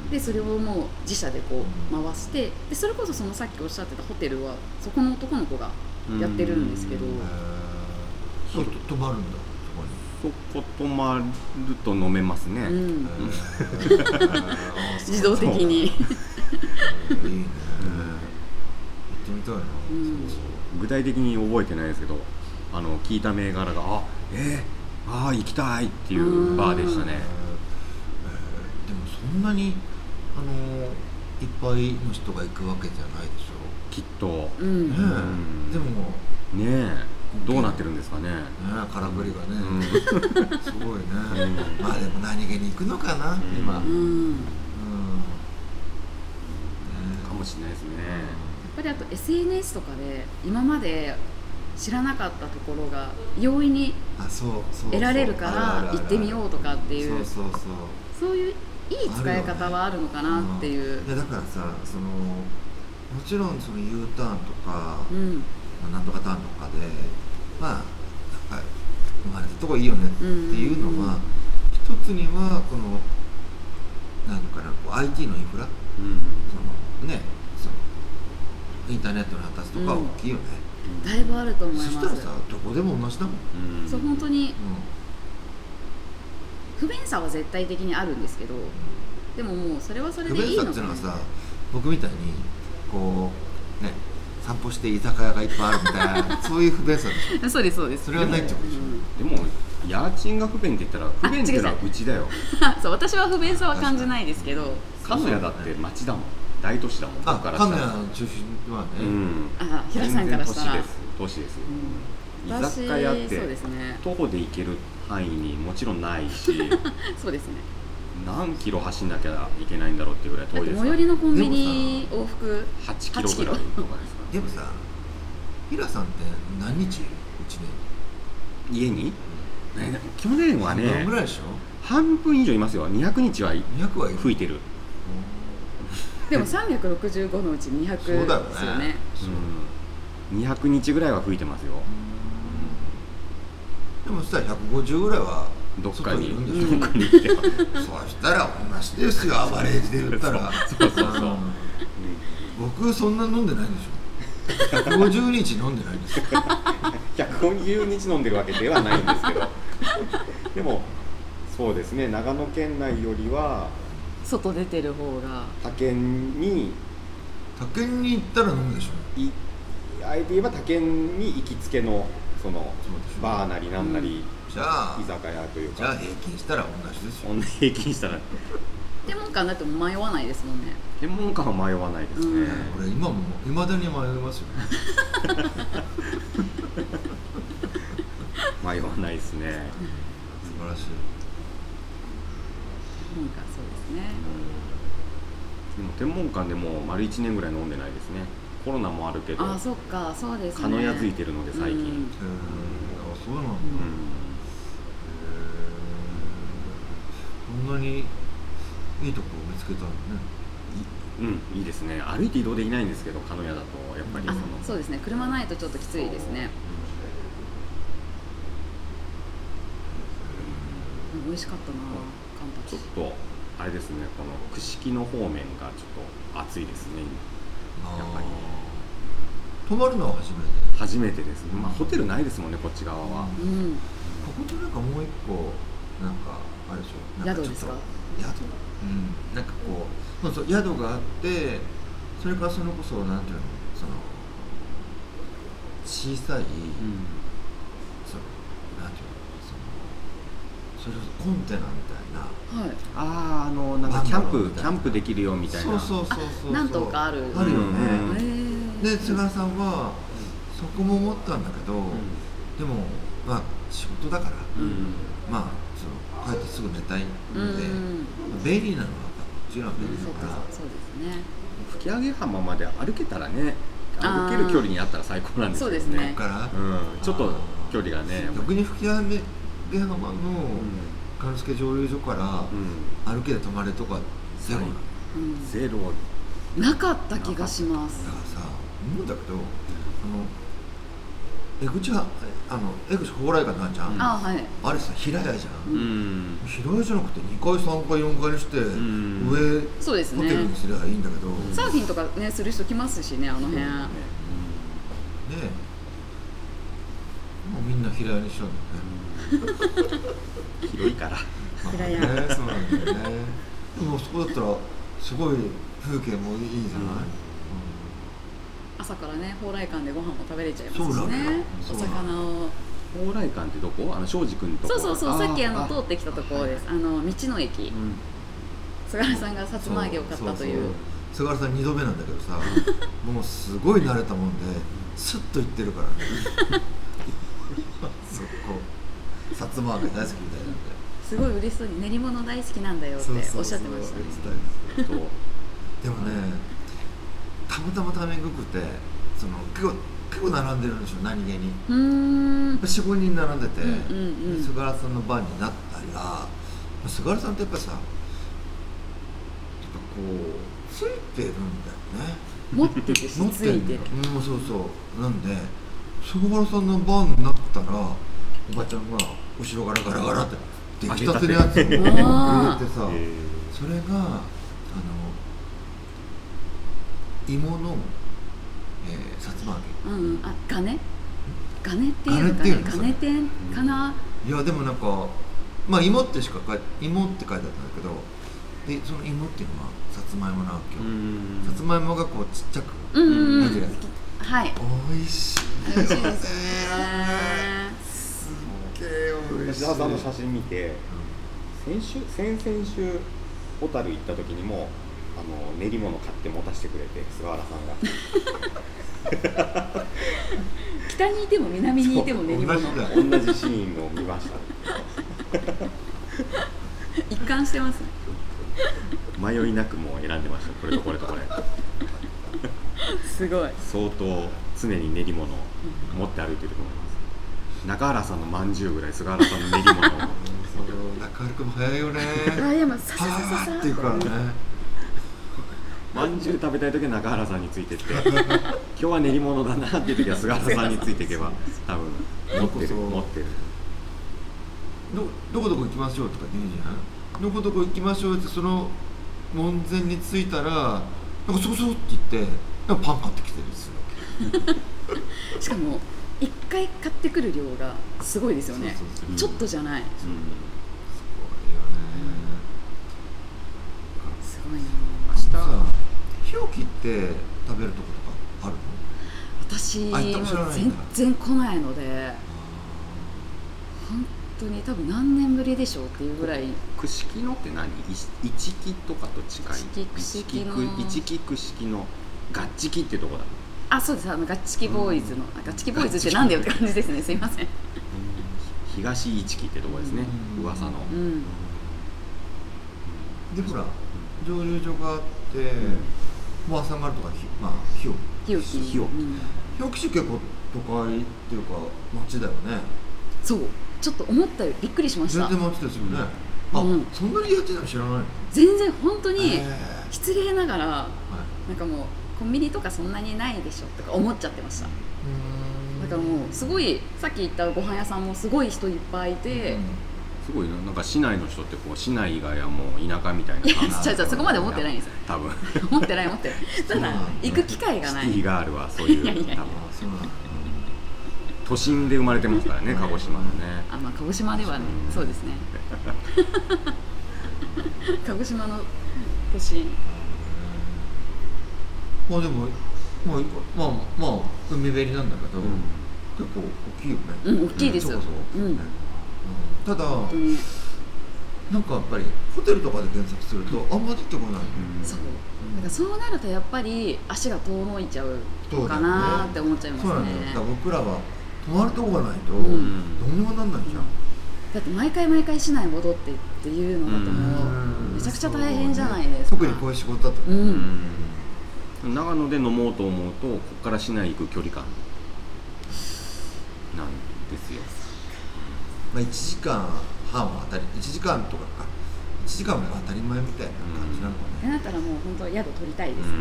Speaker 3: でそれをもう自社でこう回してでそれこそそのさっきおっしゃってたホテルはそこの男の子がやってるんですけど、
Speaker 2: うん
Speaker 1: そう止まるんだ
Speaker 2: そこ泊まると飲めますね、
Speaker 3: うん
Speaker 1: そこに、
Speaker 3: 自動的に
Speaker 1: いいね行ってみたいな、
Speaker 3: うん
Speaker 1: そうそう
Speaker 2: 具体的に覚えてないですけどあの聞いた銘柄があえー、ああ行きたいっていうバーでした
Speaker 1: えーえ
Speaker 2: ね
Speaker 1: ーでもそんなにあのーいっぱいの人が行くわけじゃないでしょ
Speaker 2: きっと
Speaker 3: う
Speaker 1: う、ね
Speaker 3: ん
Speaker 1: えでもね
Speaker 2: ねえどうなってるんですかね、
Speaker 1: え空振りが
Speaker 2: う
Speaker 1: ね、
Speaker 2: ん、
Speaker 1: すごいね、まあでも何気に行くのかな、今、う
Speaker 2: うん
Speaker 1: ね
Speaker 3: うん
Speaker 2: かもしれないですね
Speaker 3: やっぱりあと SNS とかで今まで知らなかったところが容易に
Speaker 1: あそうそうそう
Speaker 3: 得られるから行ってみようとかっていう
Speaker 1: そうそうそう
Speaker 3: そういういい使い方はあるのかなっていう、
Speaker 1: うんいやだからさそのもちろんその U ターンとか、
Speaker 3: うん
Speaker 1: なんとかターンとかでまあなんか生まれたとこいいよねっていうのは、
Speaker 3: うん
Speaker 1: 一つにはこのなんかなこう IT のインフラそのねそのインターネットの発達とかは大きいよね、
Speaker 3: だいぶあると思いま
Speaker 1: そ
Speaker 3: す
Speaker 1: したらさどこでも同じだもん、
Speaker 2: うんうん
Speaker 3: そう本当に
Speaker 1: う
Speaker 3: 不便さは絶対的にあるんですけどでももうそれはそれ
Speaker 1: ん、不
Speaker 3: でい
Speaker 1: 便
Speaker 3: い
Speaker 1: さ
Speaker 3: の
Speaker 1: って
Speaker 3: か
Speaker 1: いうの
Speaker 3: な
Speaker 1: はさ僕みたいにこうね散歩して居酒屋がいっぱいあるみた いなそういう不便さでしょ
Speaker 3: そうですそうです
Speaker 1: それはないってことでしょ
Speaker 3: うん
Speaker 2: でも家賃が不便って言ったら不便ってのはうちだよ
Speaker 3: そう私は不便さは感じないですけど
Speaker 2: 鹿屋だって町だもん大都市だもん
Speaker 1: あ
Speaker 2: 僕から
Speaker 1: カ
Speaker 2: し
Speaker 1: メ
Speaker 2: た
Speaker 1: ラ
Speaker 2: ら
Speaker 1: の中心はね、
Speaker 2: うん
Speaker 3: あ平さんからしたら
Speaker 2: 全然都市です都市です、
Speaker 3: うん
Speaker 2: 居酒屋っ
Speaker 3: 私そうで
Speaker 2: て
Speaker 3: すね
Speaker 2: 徒歩で行ける範囲にもちろんない し
Speaker 3: そうですね
Speaker 2: 何キロ走んなきゃいけないんだろうっていうぐらい
Speaker 3: だ
Speaker 2: 遠
Speaker 3: っ
Speaker 2: い
Speaker 3: て
Speaker 2: です
Speaker 3: 最
Speaker 2: か
Speaker 3: 寄
Speaker 2: ら
Speaker 3: りのコンビニ往復
Speaker 2: 8キロぐらいとかですか
Speaker 1: でもさ平さんって何日うちで
Speaker 2: 家に、ね去年は
Speaker 1: 半分
Speaker 2: ね
Speaker 1: ぐらいでしょ
Speaker 2: 半分以上いますよ200日は
Speaker 1: 200はいる
Speaker 2: 吹いてる、
Speaker 3: でも365のうち200です
Speaker 1: そうだ
Speaker 3: よ
Speaker 1: よね
Speaker 3: ね
Speaker 1: そう
Speaker 2: うん、200日ぐらいは吹いてますよ、
Speaker 1: でもさ150ぐらいは
Speaker 2: どっか
Speaker 1: 外い
Speaker 2: に
Speaker 1: るんでしょ
Speaker 2: どっかに行って ます
Speaker 1: そしたら同じですよアバレージで言ったら
Speaker 2: そうそうそうそう
Speaker 1: うん僕そんな飲んでないでしょ150日飲んでないですよ
Speaker 2: 150日飲んでるわけではないんですけどでもそうですね長野県内よりは
Speaker 3: 外出てる方が
Speaker 2: 他県に
Speaker 1: 他県に行ったら飲むでしょ
Speaker 2: いあえて言えば他県に行きつけのその
Speaker 1: そうでしょ
Speaker 2: バーなりなんなり、
Speaker 1: じゃあ
Speaker 2: 居酒屋という
Speaker 1: じゃあ
Speaker 2: か
Speaker 1: 平均したら同じですよ
Speaker 2: そんな平均したら
Speaker 3: 天文館だっても迷わないですもんね
Speaker 2: 天文館は迷わないですね、
Speaker 3: うん
Speaker 1: 俺今もいまだに迷いますよ
Speaker 2: 迷わないですね、
Speaker 1: 素晴らしい
Speaker 3: 天文館そうですね
Speaker 2: うんでも天文館でもう丸1年ぐらい飲んでないですねコロナもあるけど
Speaker 3: ああそっかそうですね
Speaker 2: 蚊のやついてるので最近、
Speaker 3: う
Speaker 1: へ
Speaker 3: ん
Speaker 1: えあそうなんだ、へ
Speaker 3: うん
Speaker 1: えこんなにいいとこ見つけたのね
Speaker 2: うん、いいですね歩いて移動できないんですけど鹿屋だとやっぱりそ
Speaker 3: あ
Speaker 2: の
Speaker 3: そうですね車ないとちょっときついですねでも美味しかったなカンパ
Speaker 2: ち
Speaker 3: チ
Speaker 2: ょっとあれですねこの串木の方面がちょっと暑いですね
Speaker 1: あー
Speaker 2: やっぱりね
Speaker 1: 泊まるのは初めて
Speaker 2: 今初めてですね、まあ、ホテルないですもんねこっち側は
Speaker 3: うん
Speaker 1: ここでなんかもう一個なんかあれでしょなん
Speaker 3: 宿
Speaker 1: ちょっと
Speaker 3: ですか
Speaker 1: 宿うんなんかこうそうそう宿があってそれからそれこそなんていうのその小さい、
Speaker 2: う
Speaker 1: そのなんていうのそのそれこそコンテナみたいな
Speaker 3: はい
Speaker 2: ん、あああのなんかキャンプキャンプできるよみたいな
Speaker 1: そうそうそうそう
Speaker 3: 何とかある
Speaker 1: あるよね、
Speaker 2: うん
Speaker 3: へー
Speaker 1: で津川さんはそこも思ったんだけど、
Speaker 2: う
Speaker 1: でもまあ仕事だから、
Speaker 2: ん、
Speaker 1: まあその帰ってすぐ寝たい
Speaker 3: うん
Speaker 1: ので、
Speaker 3: うん
Speaker 1: 便利なのはこっちが便利
Speaker 3: そう
Speaker 1: だか
Speaker 3: か
Speaker 1: ら、
Speaker 3: そうですね
Speaker 2: 吹上浜まで歩けたらね
Speaker 3: あー
Speaker 2: 歩ける距離にあったら最高なんですけどね
Speaker 3: そうですね
Speaker 1: だから、
Speaker 2: うん、ちょっと距離がね
Speaker 1: 逆に吹き上げ浜の
Speaker 2: う
Speaker 1: 勘助蒸留所から
Speaker 2: ん、
Speaker 1: 歩けて泊まれとかゼロなのだ
Speaker 3: うん
Speaker 2: ゼロ
Speaker 3: なかった気がします
Speaker 1: からさ思うんだけどあの江口はあの江口蓬莱館なんじゃん、
Speaker 2: うん
Speaker 3: あはい
Speaker 1: あれさ平屋じゃ、
Speaker 2: うんん
Speaker 1: 平屋じゃなくて2階3階4階にして、
Speaker 2: ん
Speaker 1: 上
Speaker 3: そうです
Speaker 1: ホ
Speaker 3: ね
Speaker 1: テルにすればいいんだけど、
Speaker 2: ん
Speaker 1: ね
Speaker 3: サーフィンとかねする人来ますしねあの辺
Speaker 1: もうみんな平屋にしちゃうんだよね、
Speaker 2: うん広いから
Speaker 3: 平屋
Speaker 1: まあねそうなんだよね でもそこだったらすごい風景もいいじゃない、
Speaker 3: 朝からね蓬莱館でご飯も食べれちゃい
Speaker 1: そ
Speaker 3: ま
Speaker 1: う
Speaker 3: す
Speaker 1: な
Speaker 3: し
Speaker 1: のよ
Speaker 3: ねお
Speaker 1: そうなの
Speaker 3: 魚を
Speaker 2: 蓬莱館ってどこあの庄司君とこ
Speaker 3: そうそうそう
Speaker 2: あ
Speaker 3: さっきあの
Speaker 2: あ
Speaker 3: 通ってきたところですあの道の駅
Speaker 2: うん
Speaker 3: 菅原さんがさつま揚げを買ったという
Speaker 1: 菅原さん2度目なんだけどさもうすごい慣れたもん でスッと行ってるからね そこさつま揚げ大好きみたいなんです
Speaker 3: ごい嬉しそうに練り物大好きなんだよって
Speaker 1: そうそうそう
Speaker 3: おっしゃってましたね
Speaker 2: えっと
Speaker 1: でもねたまたまタイミングよくてその結構結構並んでるんでしょ何気に
Speaker 3: うーん
Speaker 1: 45人並んでて、
Speaker 3: うんうんうん
Speaker 1: 菅原さんの番になったら菅原さんってやっぱさやっぱこうついてるんだよね
Speaker 3: 持ってるしついてる
Speaker 1: んだようんそうそうなんで菅原さんの番になったらおばちゃんが後ろガラガラガラって出来たてのやつを入れて
Speaker 3: あ
Speaker 1: さ
Speaker 2: え
Speaker 1: それがあの芋の、えー、さつま揚
Speaker 3: うんあガネガネっていうのか
Speaker 1: ガネっていう
Speaker 3: ね
Speaker 1: の
Speaker 3: ガネ店かな
Speaker 1: げいやでもなんかまあ芋ってしか書い芋って書いてあったんだけどでその芋っていうのはさつまいもなわけ
Speaker 2: ーう
Speaker 1: よ、さ
Speaker 2: ん
Speaker 1: つまいもがこうちっちゃく
Speaker 3: うんうんう
Speaker 1: 出てるや
Speaker 3: んはい
Speaker 1: つ美味しい
Speaker 3: 美味しいですね
Speaker 1: すっげえ美味しい
Speaker 2: 吉田さんの写真見て先週先々週小樽行った時にもあの練り物買って持たせてくれて菅原さんが
Speaker 3: 北にいても南にいても練り物
Speaker 1: そう同じだ
Speaker 2: 同じシーンを見ました
Speaker 3: 一貫してますね
Speaker 2: 迷いなくもう選んでましたこれとこれとこれ
Speaker 3: すごい
Speaker 2: 相当常に練り物を持って歩いてると思います中原さんのまんじゅうぐらい菅原さんの練り物を
Speaker 1: 中丸君も早いよね
Speaker 3: あいやまあささささ
Speaker 1: パ
Speaker 3: さ
Speaker 1: ーっていうからね
Speaker 2: まんじゅう食べたい時は中原さんについてって今日は練り物だなっていう時は菅原さんについていけば多分持ってる
Speaker 1: そうそう
Speaker 2: 持ってる
Speaker 1: どどこどこ行きましょうとか言うじゃんどこどこ行きましょうってその門前に着いたらなんかそこそこって言ってなんかパン買ってきてるんですよ
Speaker 3: しかも一回買ってくる量がすごいですよね
Speaker 1: そうそうそう
Speaker 3: ちょっとじゃない
Speaker 2: うん
Speaker 1: すごいよね
Speaker 3: すごいな
Speaker 1: さ日置って食べるとことかあるの
Speaker 3: 私
Speaker 1: あ行ったこと
Speaker 3: も
Speaker 1: な
Speaker 3: う
Speaker 1: いん
Speaker 3: 全
Speaker 1: だ
Speaker 3: 然来ないので本当に多分何年ぶりでしょうっていうぐらい
Speaker 2: 串木野って何い一木とかと近い
Speaker 3: 一木串木野
Speaker 2: 一木一木串木野ガッチキってとこだ
Speaker 3: あそうですあのガッチキボーイズの、あガッチキボーイズってなんだよって感じですねすいません
Speaker 2: 東一木ってとこですね
Speaker 1: うん
Speaker 2: 噂の
Speaker 3: う
Speaker 2: うん
Speaker 3: ん
Speaker 1: でほら蒸留所があって、もう朝丸とかひまあ日置
Speaker 3: 日置
Speaker 2: 日置
Speaker 3: うん
Speaker 1: 日置市結構都会っていうか町だよね
Speaker 3: そうちょっと思ったよりびっくりしまし
Speaker 1: 全
Speaker 3: た
Speaker 1: 然町ですよね、
Speaker 3: うん
Speaker 1: あ、
Speaker 3: うん
Speaker 1: そんなにやってたの知らないの
Speaker 3: 全然本当に
Speaker 1: へー
Speaker 3: 失礼ながら
Speaker 1: はい
Speaker 3: なんかもうコンビニとかそんなにないでしょとか思っちゃってましただから
Speaker 1: う
Speaker 3: もうすごいさっき言ったご飯屋さんもすごい人いっぱいいて、
Speaker 2: すごいななんか市内の人ってこう市内以外はもう田舎みたいな感
Speaker 1: いや
Speaker 2: じ
Speaker 1: 違う違う
Speaker 3: そこまで思ってないんですよ
Speaker 2: 多分
Speaker 3: 思ってない思ってないただ行く機会が
Speaker 2: シ
Speaker 3: な
Speaker 2: ティ
Speaker 3: い
Speaker 2: ガールはそういう
Speaker 3: いやいやいや
Speaker 2: 多
Speaker 1: あ
Speaker 2: 分
Speaker 1: そうなんだ
Speaker 2: 都心で生まれてますからね鹿児島のね
Speaker 3: あまあ鹿児島ではね
Speaker 2: うん
Speaker 3: そうで すね鹿児島の都心
Speaker 1: まあでもまあまあまあ海べりなんだけど、結構大きいよね、
Speaker 3: うん大きいです
Speaker 1: そうそう
Speaker 3: う
Speaker 1: うん
Speaker 3: ん
Speaker 1: ただ
Speaker 3: 本当に
Speaker 1: なんかやっぱりホテルとかで検索するとあんま出てこない、
Speaker 2: うん
Speaker 3: そうだからそうなるとやっぱり足が遠のいちゃう
Speaker 1: そうだ
Speaker 3: か
Speaker 1: よね
Speaker 3: なーって思っちゃいま
Speaker 1: そうな
Speaker 3: す
Speaker 1: んだよだから
Speaker 3: ね
Speaker 1: 僕らは泊まるとこがないとどう
Speaker 3: う
Speaker 1: にもなんないじゃん、
Speaker 3: だって毎回毎回市内戻ってっていうのだともうめちゃくちゃ大変じゃないですか
Speaker 1: 特にこういう仕事だと、
Speaker 3: う
Speaker 2: うんん長野で飲もうと思うとここから市内行く距離感なんですよ
Speaker 1: まあ、1時間半は当たり1時間とかか1時間も当たり前みたいな感じなのかね、
Speaker 3: ってなったらもう本当宿取りたいですね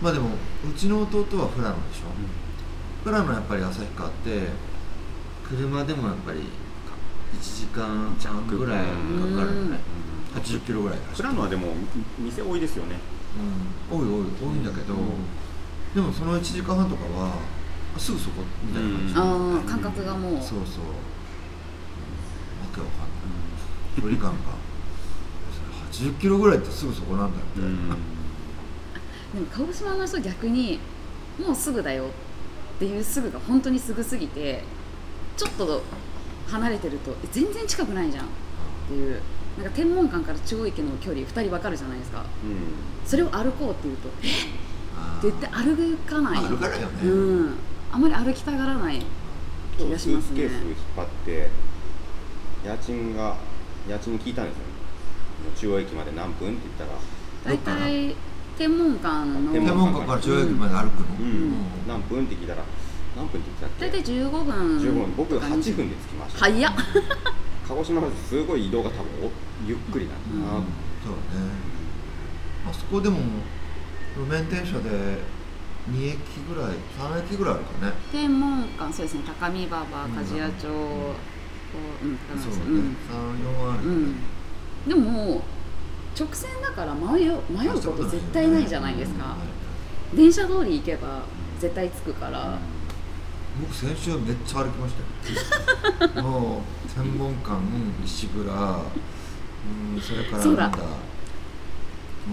Speaker 1: まあでもうちの弟は富良野でしょ、富良野やっぱり旭川って車でもやっぱり1時間半ぐらいかかるよね80キロぐらい走
Speaker 2: プ
Speaker 1: る
Speaker 2: ラノはでも店多いですよね
Speaker 1: うん、多い多い多いんだけど、
Speaker 2: うん
Speaker 1: でもその1時間半とかはすぐそこみたいな感じ、
Speaker 2: うん
Speaker 3: ああ感覚がもう
Speaker 1: そうそうわけわかんない距離感がそれ80キロぐらいってすぐそこなんだよみたいな、
Speaker 3: でも鹿児島の人逆にもうすぐだよっていうすぐが本当にすぐすぎてちょっと離れてるとえ全然近くないじゃんっていうなんか天文館から中央駅の距離2人分かるじゃないですかそれを歩こうっていうとえ
Speaker 1: あー
Speaker 3: 絶対歩かない
Speaker 1: 歩かないよね、
Speaker 3: うんあまり歩きたがらない気がしますね
Speaker 2: 張って家賃が家賃聞いたんですよね中央駅まで何分って言ったら
Speaker 3: 大体天文館の
Speaker 2: 天
Speaker 1: 天文館から中央駅まで歩くの、
Speaker 2: うん、
Speaker 1: うん
Speaker 2: 何分って聞いたら何分って言ってたっ
Speaker 3: 大
Speaker 2: け
Speaker 3: 体15分
Speaker 2: 15分僕
Speaker 3: とかに
Speaker 2: 8分で着きました
Speaker 3: 早っ
Speaker 2: 鹿児島まですごい移動が多分おゆっくりなんだな、
Speaker 1: そうだねあそこでも路面電車で2駅ぐらい3駅ぐらいあるかね
Speaker 3: 天文館そうですね高見馬場鍛冶屋町、こううん高見
Speaker 1: そう
Speaker 3: 町
Speaker 1: ね、
Speaker 3: うん
Speaker 1: 34ある
Speaker 3: う
Speaker 1: よね、
Speaker 3: んでも直線だから迷う迷うこと絶対ないじゃないですか電車通り行けば絶対着くから
Speaker 1: 僕先週めっちゃ歩きましたよ もう天文館石倉うんそれから
Speaker 3: そ
Speaker 1: なん
Speaker 3: う
Speaker 1: だ
Speaker 3: だ
Speaker 1: も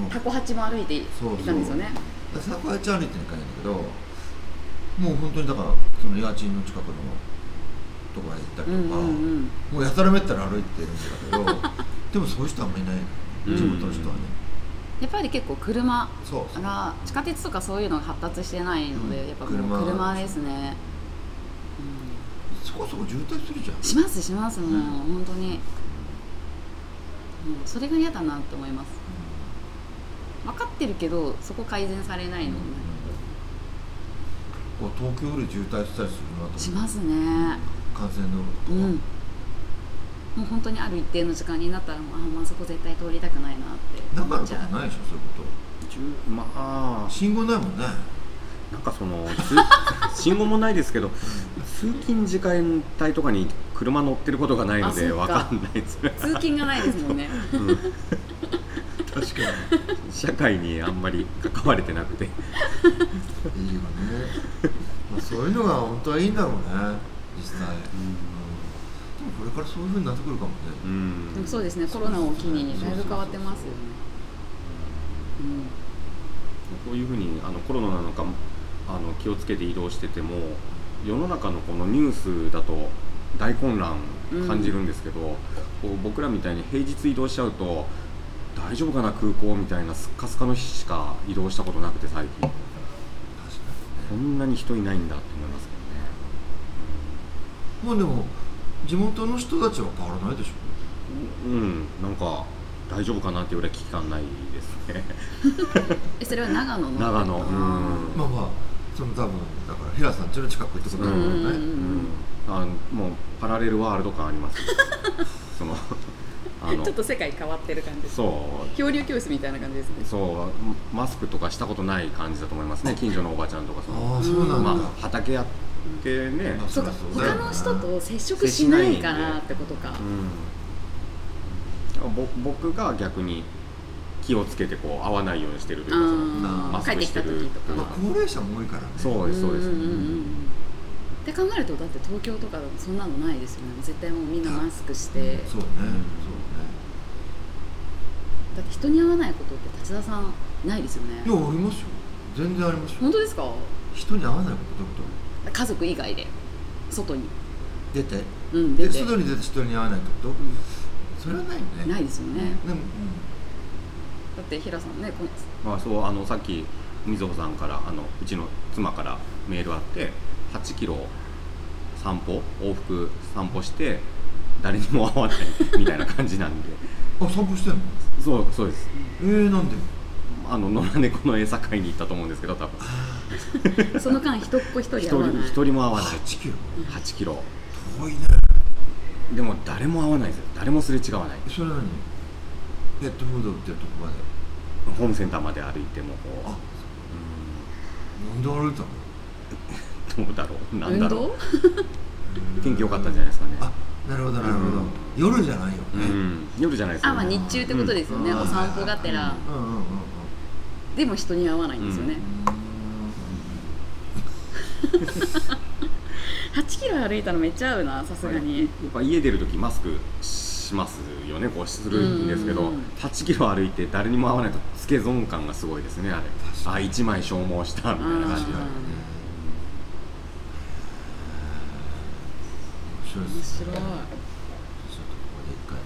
Speaker 1: う
Speaker 3: タコ八も歩いてい
Speaker 1: そうそう
Speaker 3: たんですよね
Speaker 1: 桜井ちゃん歩いてないからだけどもう本当にだからその家賃の近くのとこへ行ったりとか、
Speaker 3: うんうんうん
Speaker 1: もうやたらめったら歩いてるんだ けどでもそういう人あんまりいないよね
Speaker 2: うん
Speaker 1: 地元の人はね、
Speaker 3: やっぱり結構車
Speaker 1: そうそう
Speaker 3: が地下鉄とかそういうのが発達してないので、
Speaker 1: うん
Speaker 3: やっぱもう
Speaker 1: 車
Speaker 3: 車ですね、
Speaker 1: そこそこ渋滞するじゃん
Speaker 3: うんしますしますもう、
Speaker 1: うん
Speaker 3: 本当にもうそれが嫌だなって思います
Speaker 1: うん
Speaker 3: 分かってるけどそこ改善されないの、
Speaker 1: こう東京より渋滞したりするなと思う
Speaker 3: しますね
Speaker 1: 幹線道路と
Speaker 3: う
Speaker 1: か、
Speaker 3: んもう本当にある一定の時間になったらもうあもうあそこ絶対通りたくないなって
Speaker 1: だから
Speaker 3: 思
Speaker 1: と
Speaker 3: っち
Speaker 1: か
Speaker 3: ゃう
Speaker 1: ないでしょそういうこ
Speaker 2: まあ
Speaker 1: と信号ないも んね
Speaker 2: なんかそのつ 信号もないですけど通勤時間帯とかに車乗ってることがないの
Speaker 3: あ
Speaker 2: で
Speaker 3: そっ
Speaker 2: わ
Speaker 3: か
Speaker 2: かんないですね、
Speaker 3: 通勤がないですもんね
Speaker 2: うん
Speaker 1: 確か
Speaker 2: 社会にあんまり関われてなくて
Speaker 1: にいいよね、まあ、そういうのが本当はいいんだろうね実際、うん、でもこれからそういうふうになってくるかもね、
Speaker 2: うん
Speaker 3: でもそうですねコロナを機にだいぶ変わってますよねうん
Speaker 2: こういうふうにあのコロナなのかあの気をつけて移動してても世の中のこのニュースだと大混乱感じるんですけど、こう僕らみたいに平日移動しちゃうと大丈夫かな空港みたいなすっかすかの日しか移動したことなくて最近
Speaker 1: 確かに
Speaker 2: こんなに人いないんだって
Speaker 1: まあ
Speaker 2: 思います
Speaker 1: でも地元の人たちは変わらないでしょ
Speaker 2: けどねうんなんか大丈夫かなっていうぐらい危機感ないですね
Speaker 3: えそれは長野の
Speaker 2: 長野うん
Speaker 1: まあまあその多分だから平さんちの近くってことだ
Speaker 3: う
Speaker 1: も
Speaker 3: ん
Speaker 1: ん
Speaker 3: うん
Speaker 1: ね、
Speaker 3: う
Speaker 2: うんんあのもうパラレルワールド感あり ますそのあ
Speaker 3: うん
Speaker 2: の
Speaker 3: ちょっと世界変わってる感じ
Speaker 2: そう
Speaker 3: 恐竜教室みたいな感じですね
Speaker 2: そうマスクとかしたことない感じだと思いますね近所のおばちゃんとかその
Speaker 1: ああそうなんだ、
Speaker 2: まあ、畑やってね、
Speaker 1: まあ
Speaker 3: そうか
Speaker 1: そうだよ
Speaker 3: 他
Speaker 1: な
Speaker 3: の人と接触しないからってことか
Speaker 2: うん、ぼ僕が逆に気をつけてこう会わないようにしてるというかその
Speaker 1: ま
Speaker 3: あ
Speaker 1: あ
Speaker 3: ー帰ってきた時とか
Speaker 1: まあ高齢者も多いからね
Speaker 2: そうですそうです、
Speaker 3: んんんうんって考えるとだって東京とかだとそんなのないですよね絶対もうみんなマスクして
Speaker 1: そうね
Speaker 3: だって人に会わないことって立田さんないですよね
Speaker 1: そうねいやありますよ全然ありますよ
Speaker 3: 本当ですか
Speaker 1: 人に会わないことどういうこ
Speaker 3: 家族以外で外に
Speaker 1: と出て
Speaker 3: うん
Speaker 1: で
Speaker 3: 出て
Speaker 1: 外に出て人に会わないってことそれはないよね
Speaker 3: ない
Speaker 1: い
Speaker 3: ですよね
Speaker 1: でも、
Speaker 3: だって平さん ねこ
Speaker 2: まあ、そうあのさっきみずほさんからあのうちの妻からメールあって8キロ散歩往復散歩して誰にも会わないみたいな感じなんで
Speaker 1: うん、あ散歩してんの
Speaker 2: そうそうです
Speaker 1: えー、なんで
Speaker 2: あの野良猫の餌買いに行ったと思うんですけど多分
Speaker 3: その間一っ子一人
Speaker 2: 一
Speaker 3: 会
Speaker 2: 人
Speaker 3: わない
Speaker 2: 一人も会わない
Speaker 1: 8キロ
Speaker 2: 8キロ
Speaker 1: 遠いね
Speaker 2: でも誰も会わないですよ誰もすれ違わない
Speaker 1: それなのにペットフード売ってるとこまで
Speaker 2: ホームセンターまで歩いてもこう
Speaker 1: あなんで歩いたの
Speaker 2: うんどうだろうなん
Speaker 3: 運
Speaker 2: だろ
Speaker 3: 動
Speaker 2: う天気良かったんじゃないですかね
Speaker 1: あなるほどなるほど、
Speaker 2: うん
Speaker 1: 夜じゃないよ
Speaker 2: う
Speaker 1: ね、うん、
Speaker 2: ん夜じゃないです
Speaker 3: あ
Speaker 2: よ
Speaker 3: まあ日中ってことですよね
Speaker 1: うん
Speaker 3: お散歩がてら
Speaker 1: うんうんうんうん
Speaker 3: でも人に会わないんですよね8キロ歩いたのめっちゃ合うなさすがに
Speaker 2: やっぱ家出る時マスクしますよねこうするんですけ
Speaker 3: うん
Speaker 2: ど
Speaker 3: うんうん
Speaker 2: 8キロ歩いて誰にも会わないとつけ損感がすごいですねあれ
Speaker 1: 確か
Speaker 2: あ1枚消耗したみたいな感じ
Speaker 1: 確
Speaker 2: で
Speaker 1: かにね面白いで
Speaker 3: 面
Speaker 1: す
Speaker 3: 白
Speaker 1: ね
Speaker 3: い
Speaker 1: ちょっとここで一回